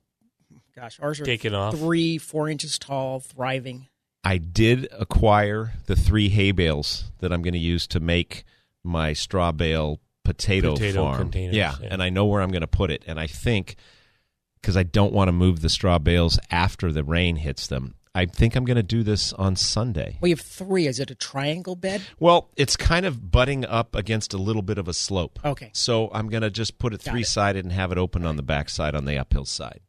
gosh, ours are
Taken off.
three, four inches tall, thriving.
I did acquire the three hay bales that I'm going to use to make my straw bale potato,
Potato
farm.
containers,
yeah,
yeah.
and I know where I'm going to put it. And I think because I don't want to move the straw bales after the rain hits them, I think I'm going to do this on Sunday.
We have three. Is it a triangle bed?
Well, it's kind of butting up against a little bit of a slope.
Okay.
So I'm going to just put it
Got it.
three sided and have it open on the backside on the uphill side.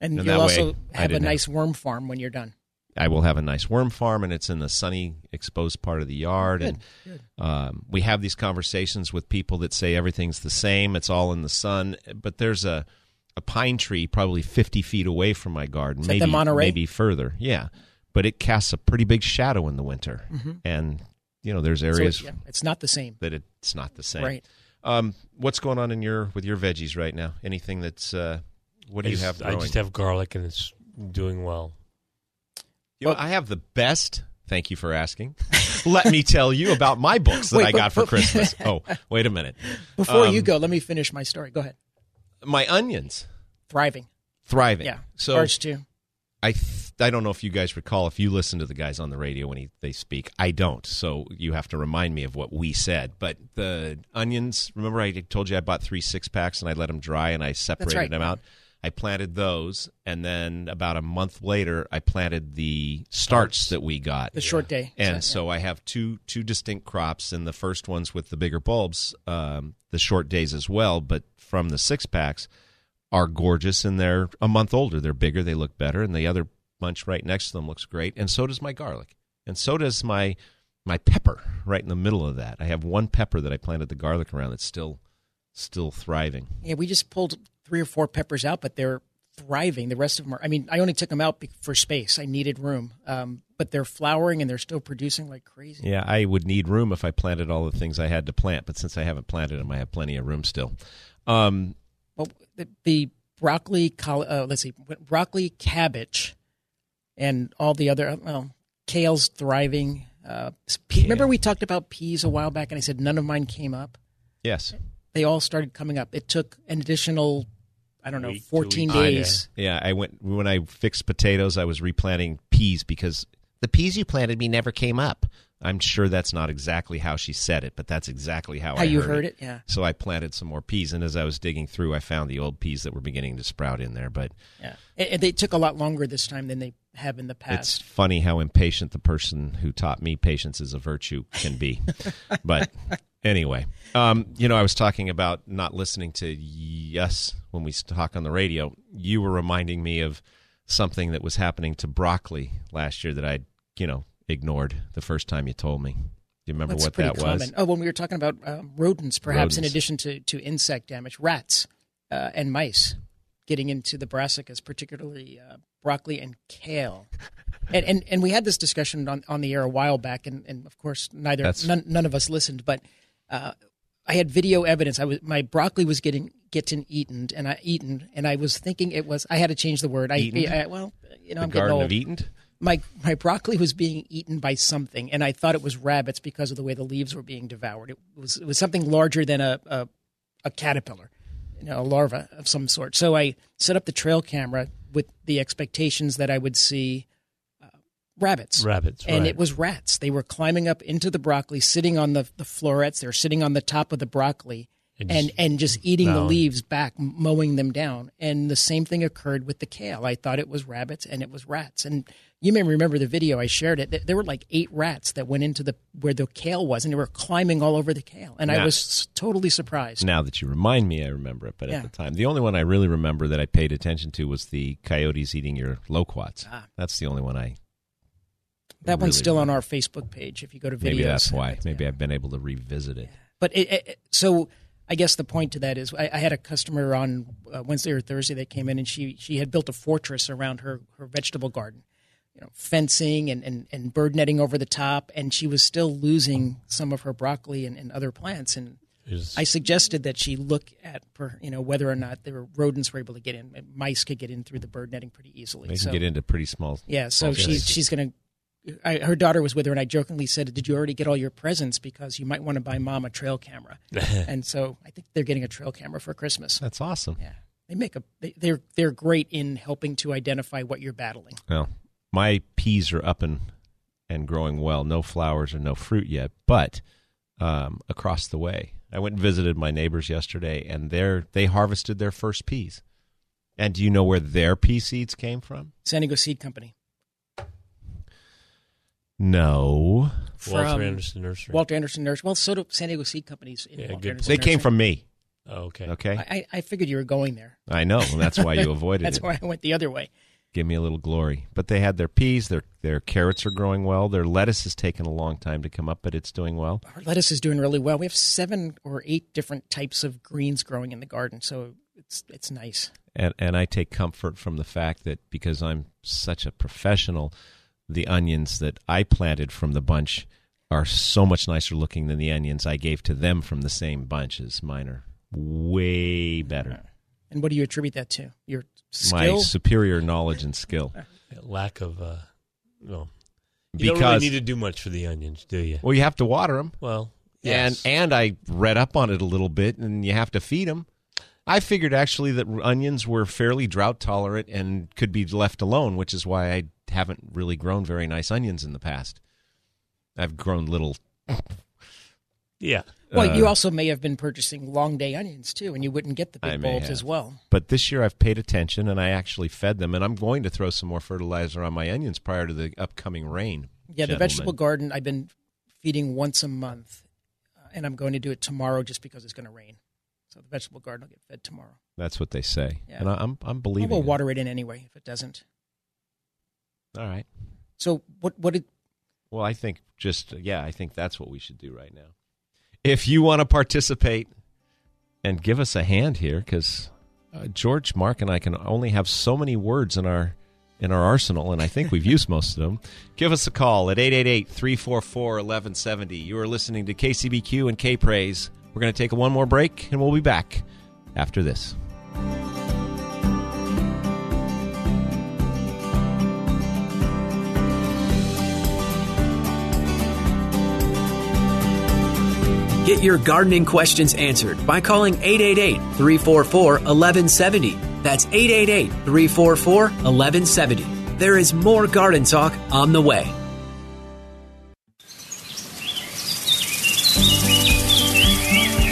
And
And
you'll
that way,
also
I
have a
didn't have-
nice worm farm when you're done.
I will have a nice worm farm, and it's in the sunny, exposed part of the yard.
Good.
And um, we have these conversations with people that say everything's the same, it's all in the sun. But there's a, a pine tree probably 50 feet away from my garden,
Is that the
maybe
Monterey?
maybe further. Yeah, but it casts a pretty big shadow in the winter, and you know there's
Mm-hmm. So
areas
it- yeah, it's not the same.
that it's not the same.
Right.
Um, what's going on in your with your veggies right now? Anything that's uh, what do
I
you
just-
have? Growing?
I just have garlic, and it's doing well.
You know, I have the best. Thank you for asking. (laughs) Let me tell you about my books that
Wait,
I
but-
got for
but-
(laughs)
Christmas. Oh, wait a minute.
Before you
Um,
go, let me finish my story. Go ahead.
My onions
Thriving.
thriving.
Yeah.
So
ours too.
I th- I don't know if you guys recall if you listen to the guys on the radio when he, they speak. I don't. So you have to remind me of what we said. But the onions, remember I told you I bought 3 six packs and I let them dry and I separated
right.
them out. I planted those and then about a month later I planted the starts that we got.
The short day.
and
Yeah.
so I have two two distinct crops, and the first ones with the bigger bulbs, um, the short days as well, but from the six packs are gorgeous, and they're a month older. They're bigger, they look better, and the other bunch right next to them looks great, and so does my garlic, and so does my my pepper right in the middle of that. I have one pepper that I planted the garlic around that's still still thriving.
Yeah, we just pulled three or four peppers out, but they're thriving. The rest of them are. I mean, I only took them out be- for space. I needed room, um, but they're flowering and they're still producing like crazy.
Yeah, I would need room if I planted all the things I had to plant, but since I haven't planted them, I have plenty of room still. Um,
But the, the broccoli, col- uh, let's see, broccoli, cabbage, and all the other uh, well, kale's thriving. Uh, pe- Remember, we talked about peas a while back, and I said none of mine came up.
yes.
They all started coming up. It took an additional, I don't know,
Week, Ah, two
fourteen
weeks. I know.
days.
Yeah, I went when I fixed potatoes. I was replanting peas because the peas you planted me never came up. I'm sure that's not exactly how she said it, but that's exactly how,
How
I
you
heard,
heard it? Yeah.
So I planted some more peas, and as I was digging through, I found the old peas that were beginning to sprout in there. But
Yeah, and, and they took a lot longer this time than they have in the
it's
past.
funny how impatient the person who taught me patience is a virtue can
(laughs)
be. but anyway, um, you know, I was talking about not listening to yes when we talk on the radio. You were reminding me of something that was happening to broccoli last year that I, you know, ignored the first time you told me. Do you remember
That's
what
pretty
that
common.
was?
Oh, when we were talking about um, rodents, perhaps in
Rodents.
addition to, to insect damage, rats uh, and mice getting into the brassicas, particularly uh, broccoli and
(laughs)
kale. And, and and we had this discussion on, on the air a while back, and, and of course neither
That's-
none, none of us listened, but uh, I had video evidence. I was my broccoli was getting getting eaten, and I eaten, and I was thinking it was. I had to change the word. I,
Eaten?
I well, you know,
the
I'm getting
Garden
old.
of Eden.
my my broccoli was being eaten by something, and I thought it was rabbits because of the way the leaves were being devoured. It was it was something larger than a a, a caterpillar, you know, a larva of some sort. So I set up the trail camera with the expectations that I would see uh, rabbits.
Rabbits,
and
right.
it was rats. They were climbing up into the broccoli, sitting on the the florets. They were sitting on the top of the broccoli.
And
And
just
and just eating the
Mowing.
leaves back, m- mowing them down. And the same thing occurred with the kale. I thought it was rabbits and it was rats. And you may remember the video I shared it. Th- There were like eight rats that went into the where the kale was and they were climbing all over the kale. And I
Nah.
was s- totally surprised.
Now that you remind me, I remember it. But
Yeah.
at the time, the only one I really remember that I paid attention to was the coyotes eating your loquats.
Ah.
That's the only one I
that one's
really
still on our Facebook page if you go to videos.
Maybe that's why. Maybe I've been able to revisit it.
But it, it, it- so I guess the point to that is I, I had a customer on uh, Wednesday or Thursday that came in and she she had built a fortress around her her vegetable garden, you know, fencing and and, and bird netting over the top, and she was still losing some of her broccoli and, and other plants and.
Is-
I suggested that she look at, per, you know, whether or not there were rodents were able to get in. Mice could get in through the bird netting pretty easily.
They can
so,
get into pretty small.
Yeah, so
small
she's
spaces.
she's going to I, her daughter was with her, and I jokingly said, "Did you already get all your presents? Because you might want to buy mom a
(laughs)
trail camera." and so I think they're getting a trail camera for Christmas.
That's awesome.
Yeah, they make a they, they're they're great in helping to identify what you're battling.
Well, my peas are up and and growing well. No flowers or no fruit yet, but um, across the way, I went and visited my neighbors yesterday, and they they harvested their first peas. And do you know where their pea seeds came from?
San Diego Seed Company.
No,
Walter Anderson Nursery.
Walter Anderson Nursery. Well, so do San Diego Seed Companies. In
Yeah,
Walter
good
Anderson
they came
Nursery.
from me.
oh, okay.
Okay, I,
I, I figured you were going there.
know, and that's
(laughs)
why you avoided
That's
it.
why I went the other way.
Give me a little glory. But they had their peas, their their carrots are growing well. Their lettuce has taken a long time to come up, but it's doing well.
Our lettuce is doing really well. We have seven or eight different types of greens growing in the garden, so it's it's nice.
and and I take comfort from the fact that because I'm such a professional, the onions that I planted from the bunch are so much nicer looking than the onions I gave to them from the same bunches. Mine are way better.
And what do you attribute that to? Your
My
skill.
superior knowledge and skill.
Lack of uh, no. You don't
Because
really need to do much for the onions, do you?
well, you have to water them,
Well, yes.
and and I read up on it a little bit, and you have to feed them. I figured actually that onions were fairly drought tolerant and could be left alone, which is why I haven't really grown very nice onions in the past. I've grown little
yeah.
well, you
uh,
also may have been purchasing long day onions too, and you wouldn't get the
I
big
may
bulbs
have.
as well.
But this year I've paid attention and I actually fed them, and I'm going to throw some more fertilizer on my onions prior to the upcoming rain.
Yeah, the
gentlemen.
vegetable garden I've been feeding once a month, uh, and I'm going to do it tomorrow just because it's going to rain. So the vegetable garden will get fed tomorrow.
That's what they say,
Yeah.
and I- I'm I'm
I
believing.
will
it.
water it in anyway if it doesn't.
All right.
So what what did
Well, I think just yeah, I think that's what we should do right now. If you want to participate and give us a hand here, because uh, George, Mark, and I can only have so many words in our in our arsenal, and I think we've used most of them. Give us a call at 888-344-1170. You are listening to KCBQ and K Praise. We're going to take one more break, and we'll be back after this.
Get your gardening questions answered by calling 888 344 1170. That's 888 344 1170. There is more garden talk on the way.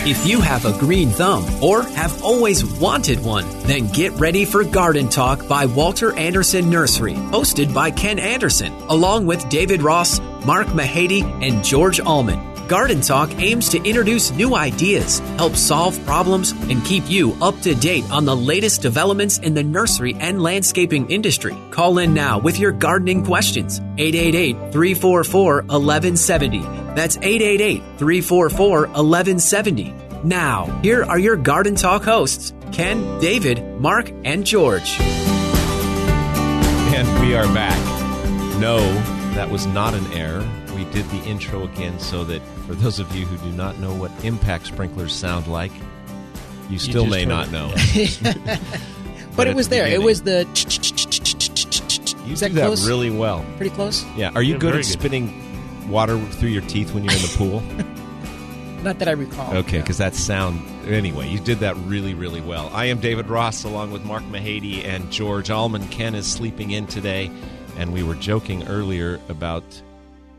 If you have a green thumb or have always wanted one, then get ready for Garden Talk by Walter Anderson Nursery, hosted by Ken Anderson, along with David Ross, Mark Mahady, and George Allman. Garden Talk aims to introduce new ideas, help solve problems, and keep you up to date on the latest developments in the nursery and landscaping industry. Call in now with your gardening questions. 888 344 1170. That's 888 344 1170. Now, here are your Garden Talk hosts Ken, David, Mark, and George.
And we are back. No, that was not an error. We did the intro again so that for those of you who do not know what impact sprinklers sound like, you still
just
may
heard
not
it. (laughs)
know.
but,
But
it
at
was
the
there. It
beginning-
was the
You
is
do
that
that
close?
really well.
pretty close.
Yeah. Are you
Yeah,
good
very
at
good.
spitting water through your teeth when you're in the
(laughs)
pool?
Not that I recall.
Okay, because that sound. Anyway, you did that really, really well. I am David Ross, along with Mark Mahady and George Allman. Ken is sleeping in today, and we were joking earlier about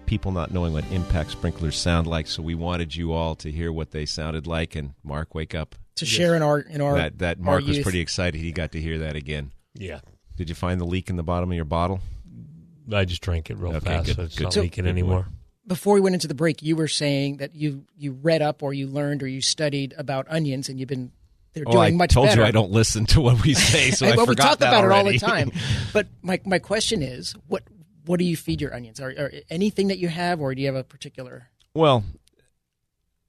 people not knowing what impact sprinklers sound like. So we wanted you all to hear what they sounded like. And Mark, wake up!
to share in our in our
that that
our
Mark was
youth.
pretty excited. He got to hear that again.
Yeah.
Did you find the leak in the bottom of your bottle?
I just drank it real
Okay,
fast,
good-
so it's
good-
not
good
leaking
boy.
anymore.
Before we went into the break, you were saying that you you read up or you learned or you studied about onions, and you've been they're
Oh,
doing
I
much
told
better.
you
(laughs)
I don't listen to what we say, so I
well,
forgot
we talk
that
about
already.
it all
(laughs)
the time. But my my question is, what what do you feed your onions? Are, are anything that you have, or do you have a particular?
Well,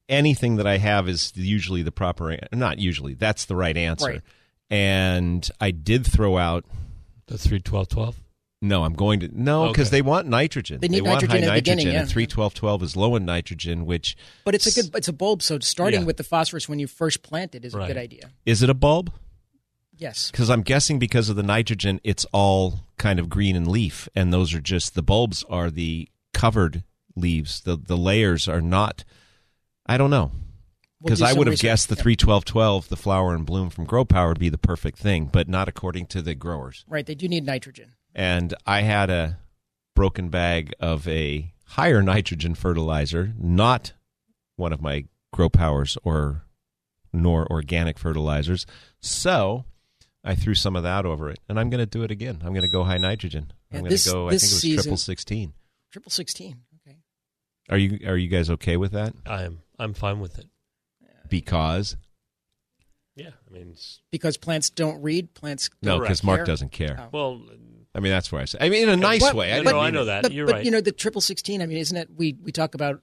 anything that I have is usually the proper, not usually, that's the right answer.
Right.
And I did throw out,
The three twelve twelve.
no, I'm going to, no, because
Okay.
they want nitrogen.
They need
want
nitrogen
high
in the
nitrogen,
beginning, yeah.
and 31212 is low in nitrogen, which
But it's a good it's a bulb, so starting
Yeah.
with the phosphorus when you first plant it is a
Right.
good idea.
is it a bulb?
Yes.
Because I'm guessing because of the nitrogen, it's all kind of green and leaf, and those are just the bulbs are the covered leaves. The the layers are not. I don't know
We'll
because
do
I
some
would have
research.
guessed the
Yep.
three twelve twelve, the flower and bloom from Grow Power would be the perfect thing, but not according to the growers.
Right, they do need nitrogen.
And I had a broken bag of a higher nitrogen fertilizer, not one of my Grow Powers or nor organic fertilizers. So I threw some of that over it, and I'm going to do it again. I'm going to go high nitrogen. I'm
Yeah,
going
this-
to go. I
this
think it was
season-
triple sixteen.
Triple sixteen. Okay.
Are you are you guys okay with that?
I am. I'm fine with it.
Because
Yeah. I mean, it's,
Because plants don't read, plants
no,
don't
because
Correct.
Mark
care.
doesn't care.
Oh.
well,
I mean, that's where I say. I mean, in a nice
But-
way. I
no,
didn't
I
mean
know
it-
that.
But,
You're
but
right.
you know the triple sixteen. I mean, isn't it? We we talk about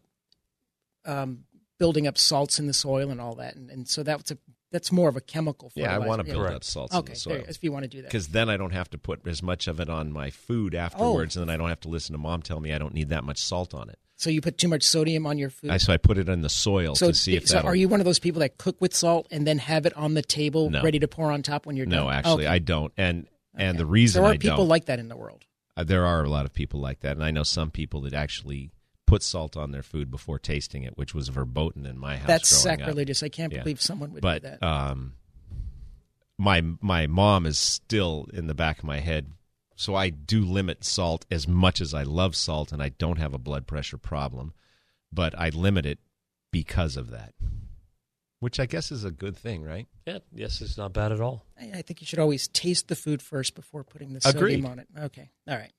um, building up salts in the soil and all that, and, and so that's a that's more of a chemical.
Yeah, I
fertilizer.
want to build
Correct.
up salts
Okay,
in the
there you
soil
go, if you want to do that,
because then I don't have to put as much of it on my food afterwards,
Oh.
and then I don't have to listen to mom tell me I don't need that much salt on it.
so you put too much sodium on your food.
I, so I put it in the soil
so,
to see if
so
that.
are you one of those people that cook with salt and then have it on the table
No.
ready to pour on top when you're done?
No, actually,
Okay.
I don't. And and
Okay.
the reason
there are
I
people
don't,
like that in the world.
uh, there are a lot of people like that, and I know some people that actually put salt on their food before tasting it, which was verboten in my house.
That's
growing up.
sacrilegious. I can't
Yeah.
believe someone would
but
do that.
um my my mom is still in the back of my head so i do limit salt as much as i love salt and i don't have a blood pressure problem but i limit it because of that which i guess is a good thing right
yeah. Yes, it's not bad at all.
I, I think you should always taste the food first before putting the
Agreed.
sodium on it. Okay, all right.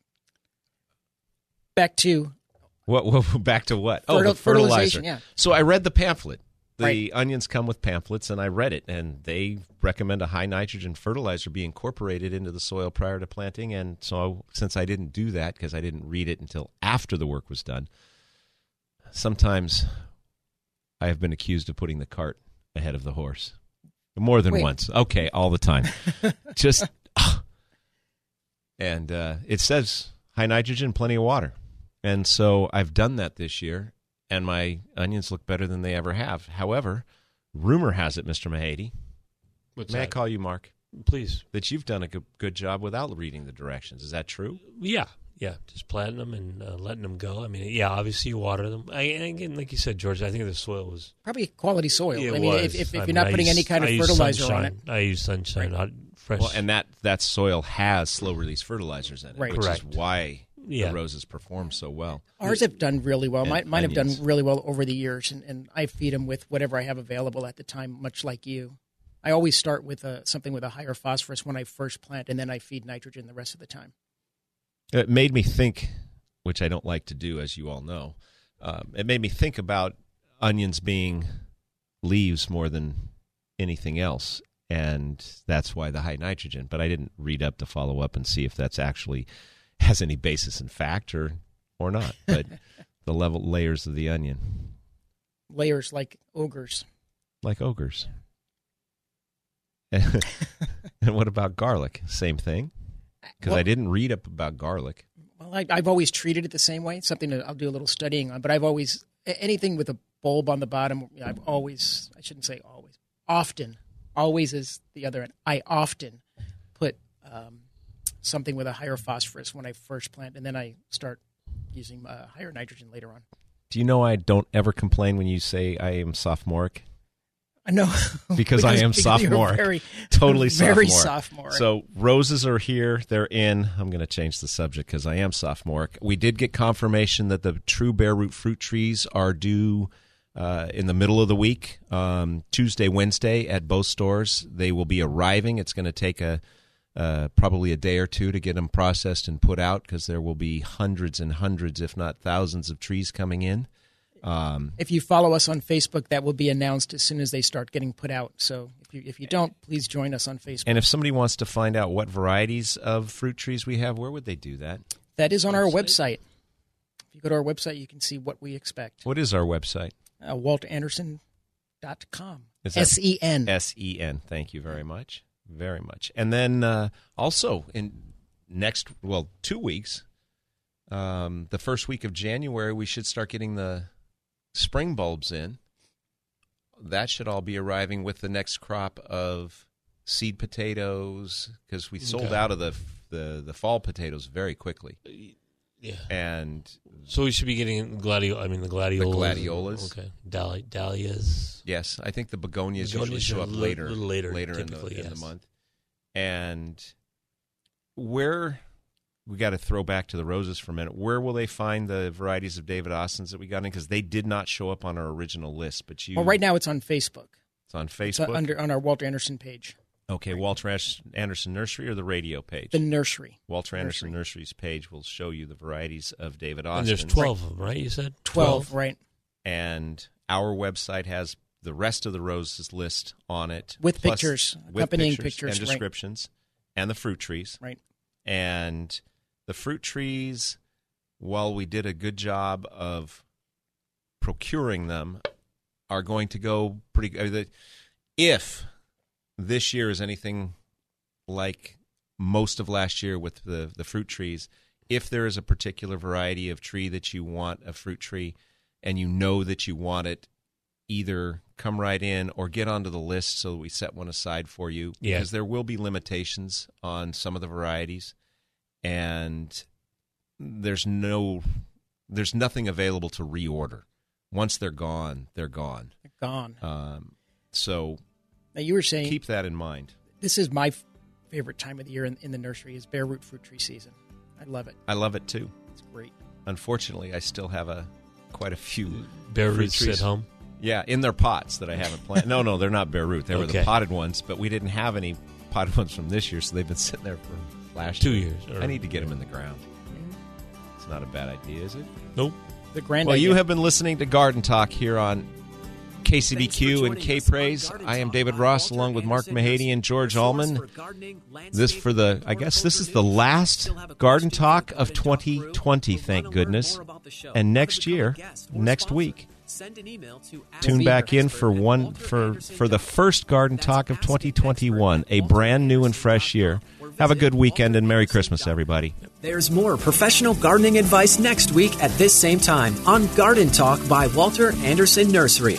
Back to
what, what (laughs) back to what oh the
Fertil-
fertilizer
fertilization, yeah.
so i read the pamphlet the
Right.
onions come with pamphlets and i read it and they recommend a high nitrogen fertilizer be incorporated into the soil prior to planting and so since i didn't do that because i didn't read it until after the work was done sometimes i have been accused of putting the cart ahead of the horse more than
Wait.
once okay all the time just ah. and uh, it says high nitrogen plenty of water and so i've done that this year and my onions look better than they ever have however rumor has it mr mahady
What's
may i
that?
call you mark
Please.
that you've done a good, good job without reading the directions is that true
Yeah. Yeah. Just planting them and uh, letting them go. I mean, yeah. Obviously, you water them. I, and again, like you said, George, I think the soil was
probably quality soil.
It
I mean,
was.
if, if, if
I
you're
mean,
not
I
putting any
use-
kind of
I use
fertilizer on it,
sunshine. I use sunshine, not fresh.
well and that that soil has slow release fertilizers in it
Right.
which
Correct.
is why
Yeah.
the roses perform so well
ours have done really well.
And
Mine, mine have done
onions.
really well over the years, and, and I feed them with whatever I have available at the time, much like you. I always start with a, something with a higher phosphorus when I first plant, and then I feed nitrogen the rest of the time.
It made me think, which I don't like to do, as you all know. Um, it made me think about onions being leaves more than anything else, and that's why the high nitrogen. But I didn't read up to follow up and see if that's actually (laughs) has any basis in fact or or not. But the level layers of the onion,
Layers like ogres.
like ogres. (laughs) and what about garlic? Same thing, because I
Well-
didn't read up about garlic.
Well, I, I've always treated it the same way. It's something that I'll do a little studying on, but I've always a- anything with a bulb on the bottom. you know, I've always, I shouldn't say always, often, always is the other end. I often put um, something with a higher phosphorus when I first plant, and then I start using uh, higher nitrogen later on.
Do you know I don't ever complain when you say I am
(laughs)
sophomoric?
I know (laughs)
Because I am
you're
sophomoric.
Very,
Totally
very
sophomoric.
sophomoric.
So roses are here; they're in. I'm going to change the subject because I am sophomoric. We did get confirmation that the true bare root fruit trees are due uh, in the middle of the week, um, Tuesday, Wednesday, at both stores. They will be arriving. It's going to take a uh, probably a day or two to get them processed and put out because there will be hundreds and hundreds, if not thousands, of trees coming in. Um,
if you follow us on Facebook, that will be announced as soon as they start getting put out. So if you if you don't, please join us on Facebook.
And if somebody wants to find out what varieties of fruit trees we have, where would they do that?
That is on our website. If you go to our website, you can see what we expect.
What is our website?
Uh, WaltAnderson.com.
Is that-
S E N.
S E N. Thank you very much. Very much. And then uh, also in next, well, two weeks, um, the first week of January, we should start getting the spring bulbs in. That should all be arriving with the next crop of seed potatoes because we sold
Okay.
out of the, the the fall potatoes very quickly,
Yeah.
and
So we should be getting gladio. I mean the gladiolas.
gladiolas.
Okay. Dahli- dahlias.
yes, I think the begonias, usually
Begonias
show
are
up
a little-
later,
little later,
later in the,
typically,
in the
yes.
month, and where we got to throw back to the roses for a minute. Where will they find the varieties of David Austin's that we got in? Because they did not show up on our original list, but you
Well, right now it's on Facebook.
it's on Facebook
It's uh, under on our Walter Anderson page,
Okay, Walter Ash- Anderson Nursery or the radio page?
the nursery.
Walter Anderson Nursery's page will show you the varieties of David Austin.
And there's twelve of them, right? You said
12, right?
And our website has the rest of the roses list on it.
With pictures, accompanying pictures,
and
right.
descriptions and the fruit trees.
Right.
And the fruit trees, while we did a good job of procuring them, are going to go pretty uh, good. If this year is anything like most of last year with the, the fruit trees, if there is a particular variety of tree that you want, a fruit tree, and you know that you want it, either come right in or get onto the list so that we set one aside for you.
Yeah.
Because there will be limitations on some of the varieties, and there's no, there's nothing available to reorder. Once they're gone, they're gone.
They're gone.
Um, so
Now you were saying
keep that in mind.
this is my f- favorite time of the year in, in the nursery is bare root fruit tree season. I love it.
I love it too.
It's great.
Unfortunately, I still have a quite a
Mm.
few
Bare
fruit
roots at
trees.
home.
Yeah, in their pots that I haven't planted. No, no, they're not bare root. They were the
Okay.
potted ones, but we didn't have any potted ones from this year, so they've been sitting there for last
Two
year.
years, or-
I need to get them in the ground. It's not a bad idea, is it?
Nope.
The grand.
well, you
idea-
have been listening to Garden Talk here on KCBQ and K Praise. I am David Ross, along with Mark Mahady and George Allman. This for the, I guess this is the last Garden Talk of 2020, thank goodness. And next year, next week, tune back in for one for for the first garden talk of 2021 a brand new and fresh year have a good weekend and merry christmas everybody
There's more professional gardening advice next week at this same time on Garden Talk by Walter Anderson Nursery.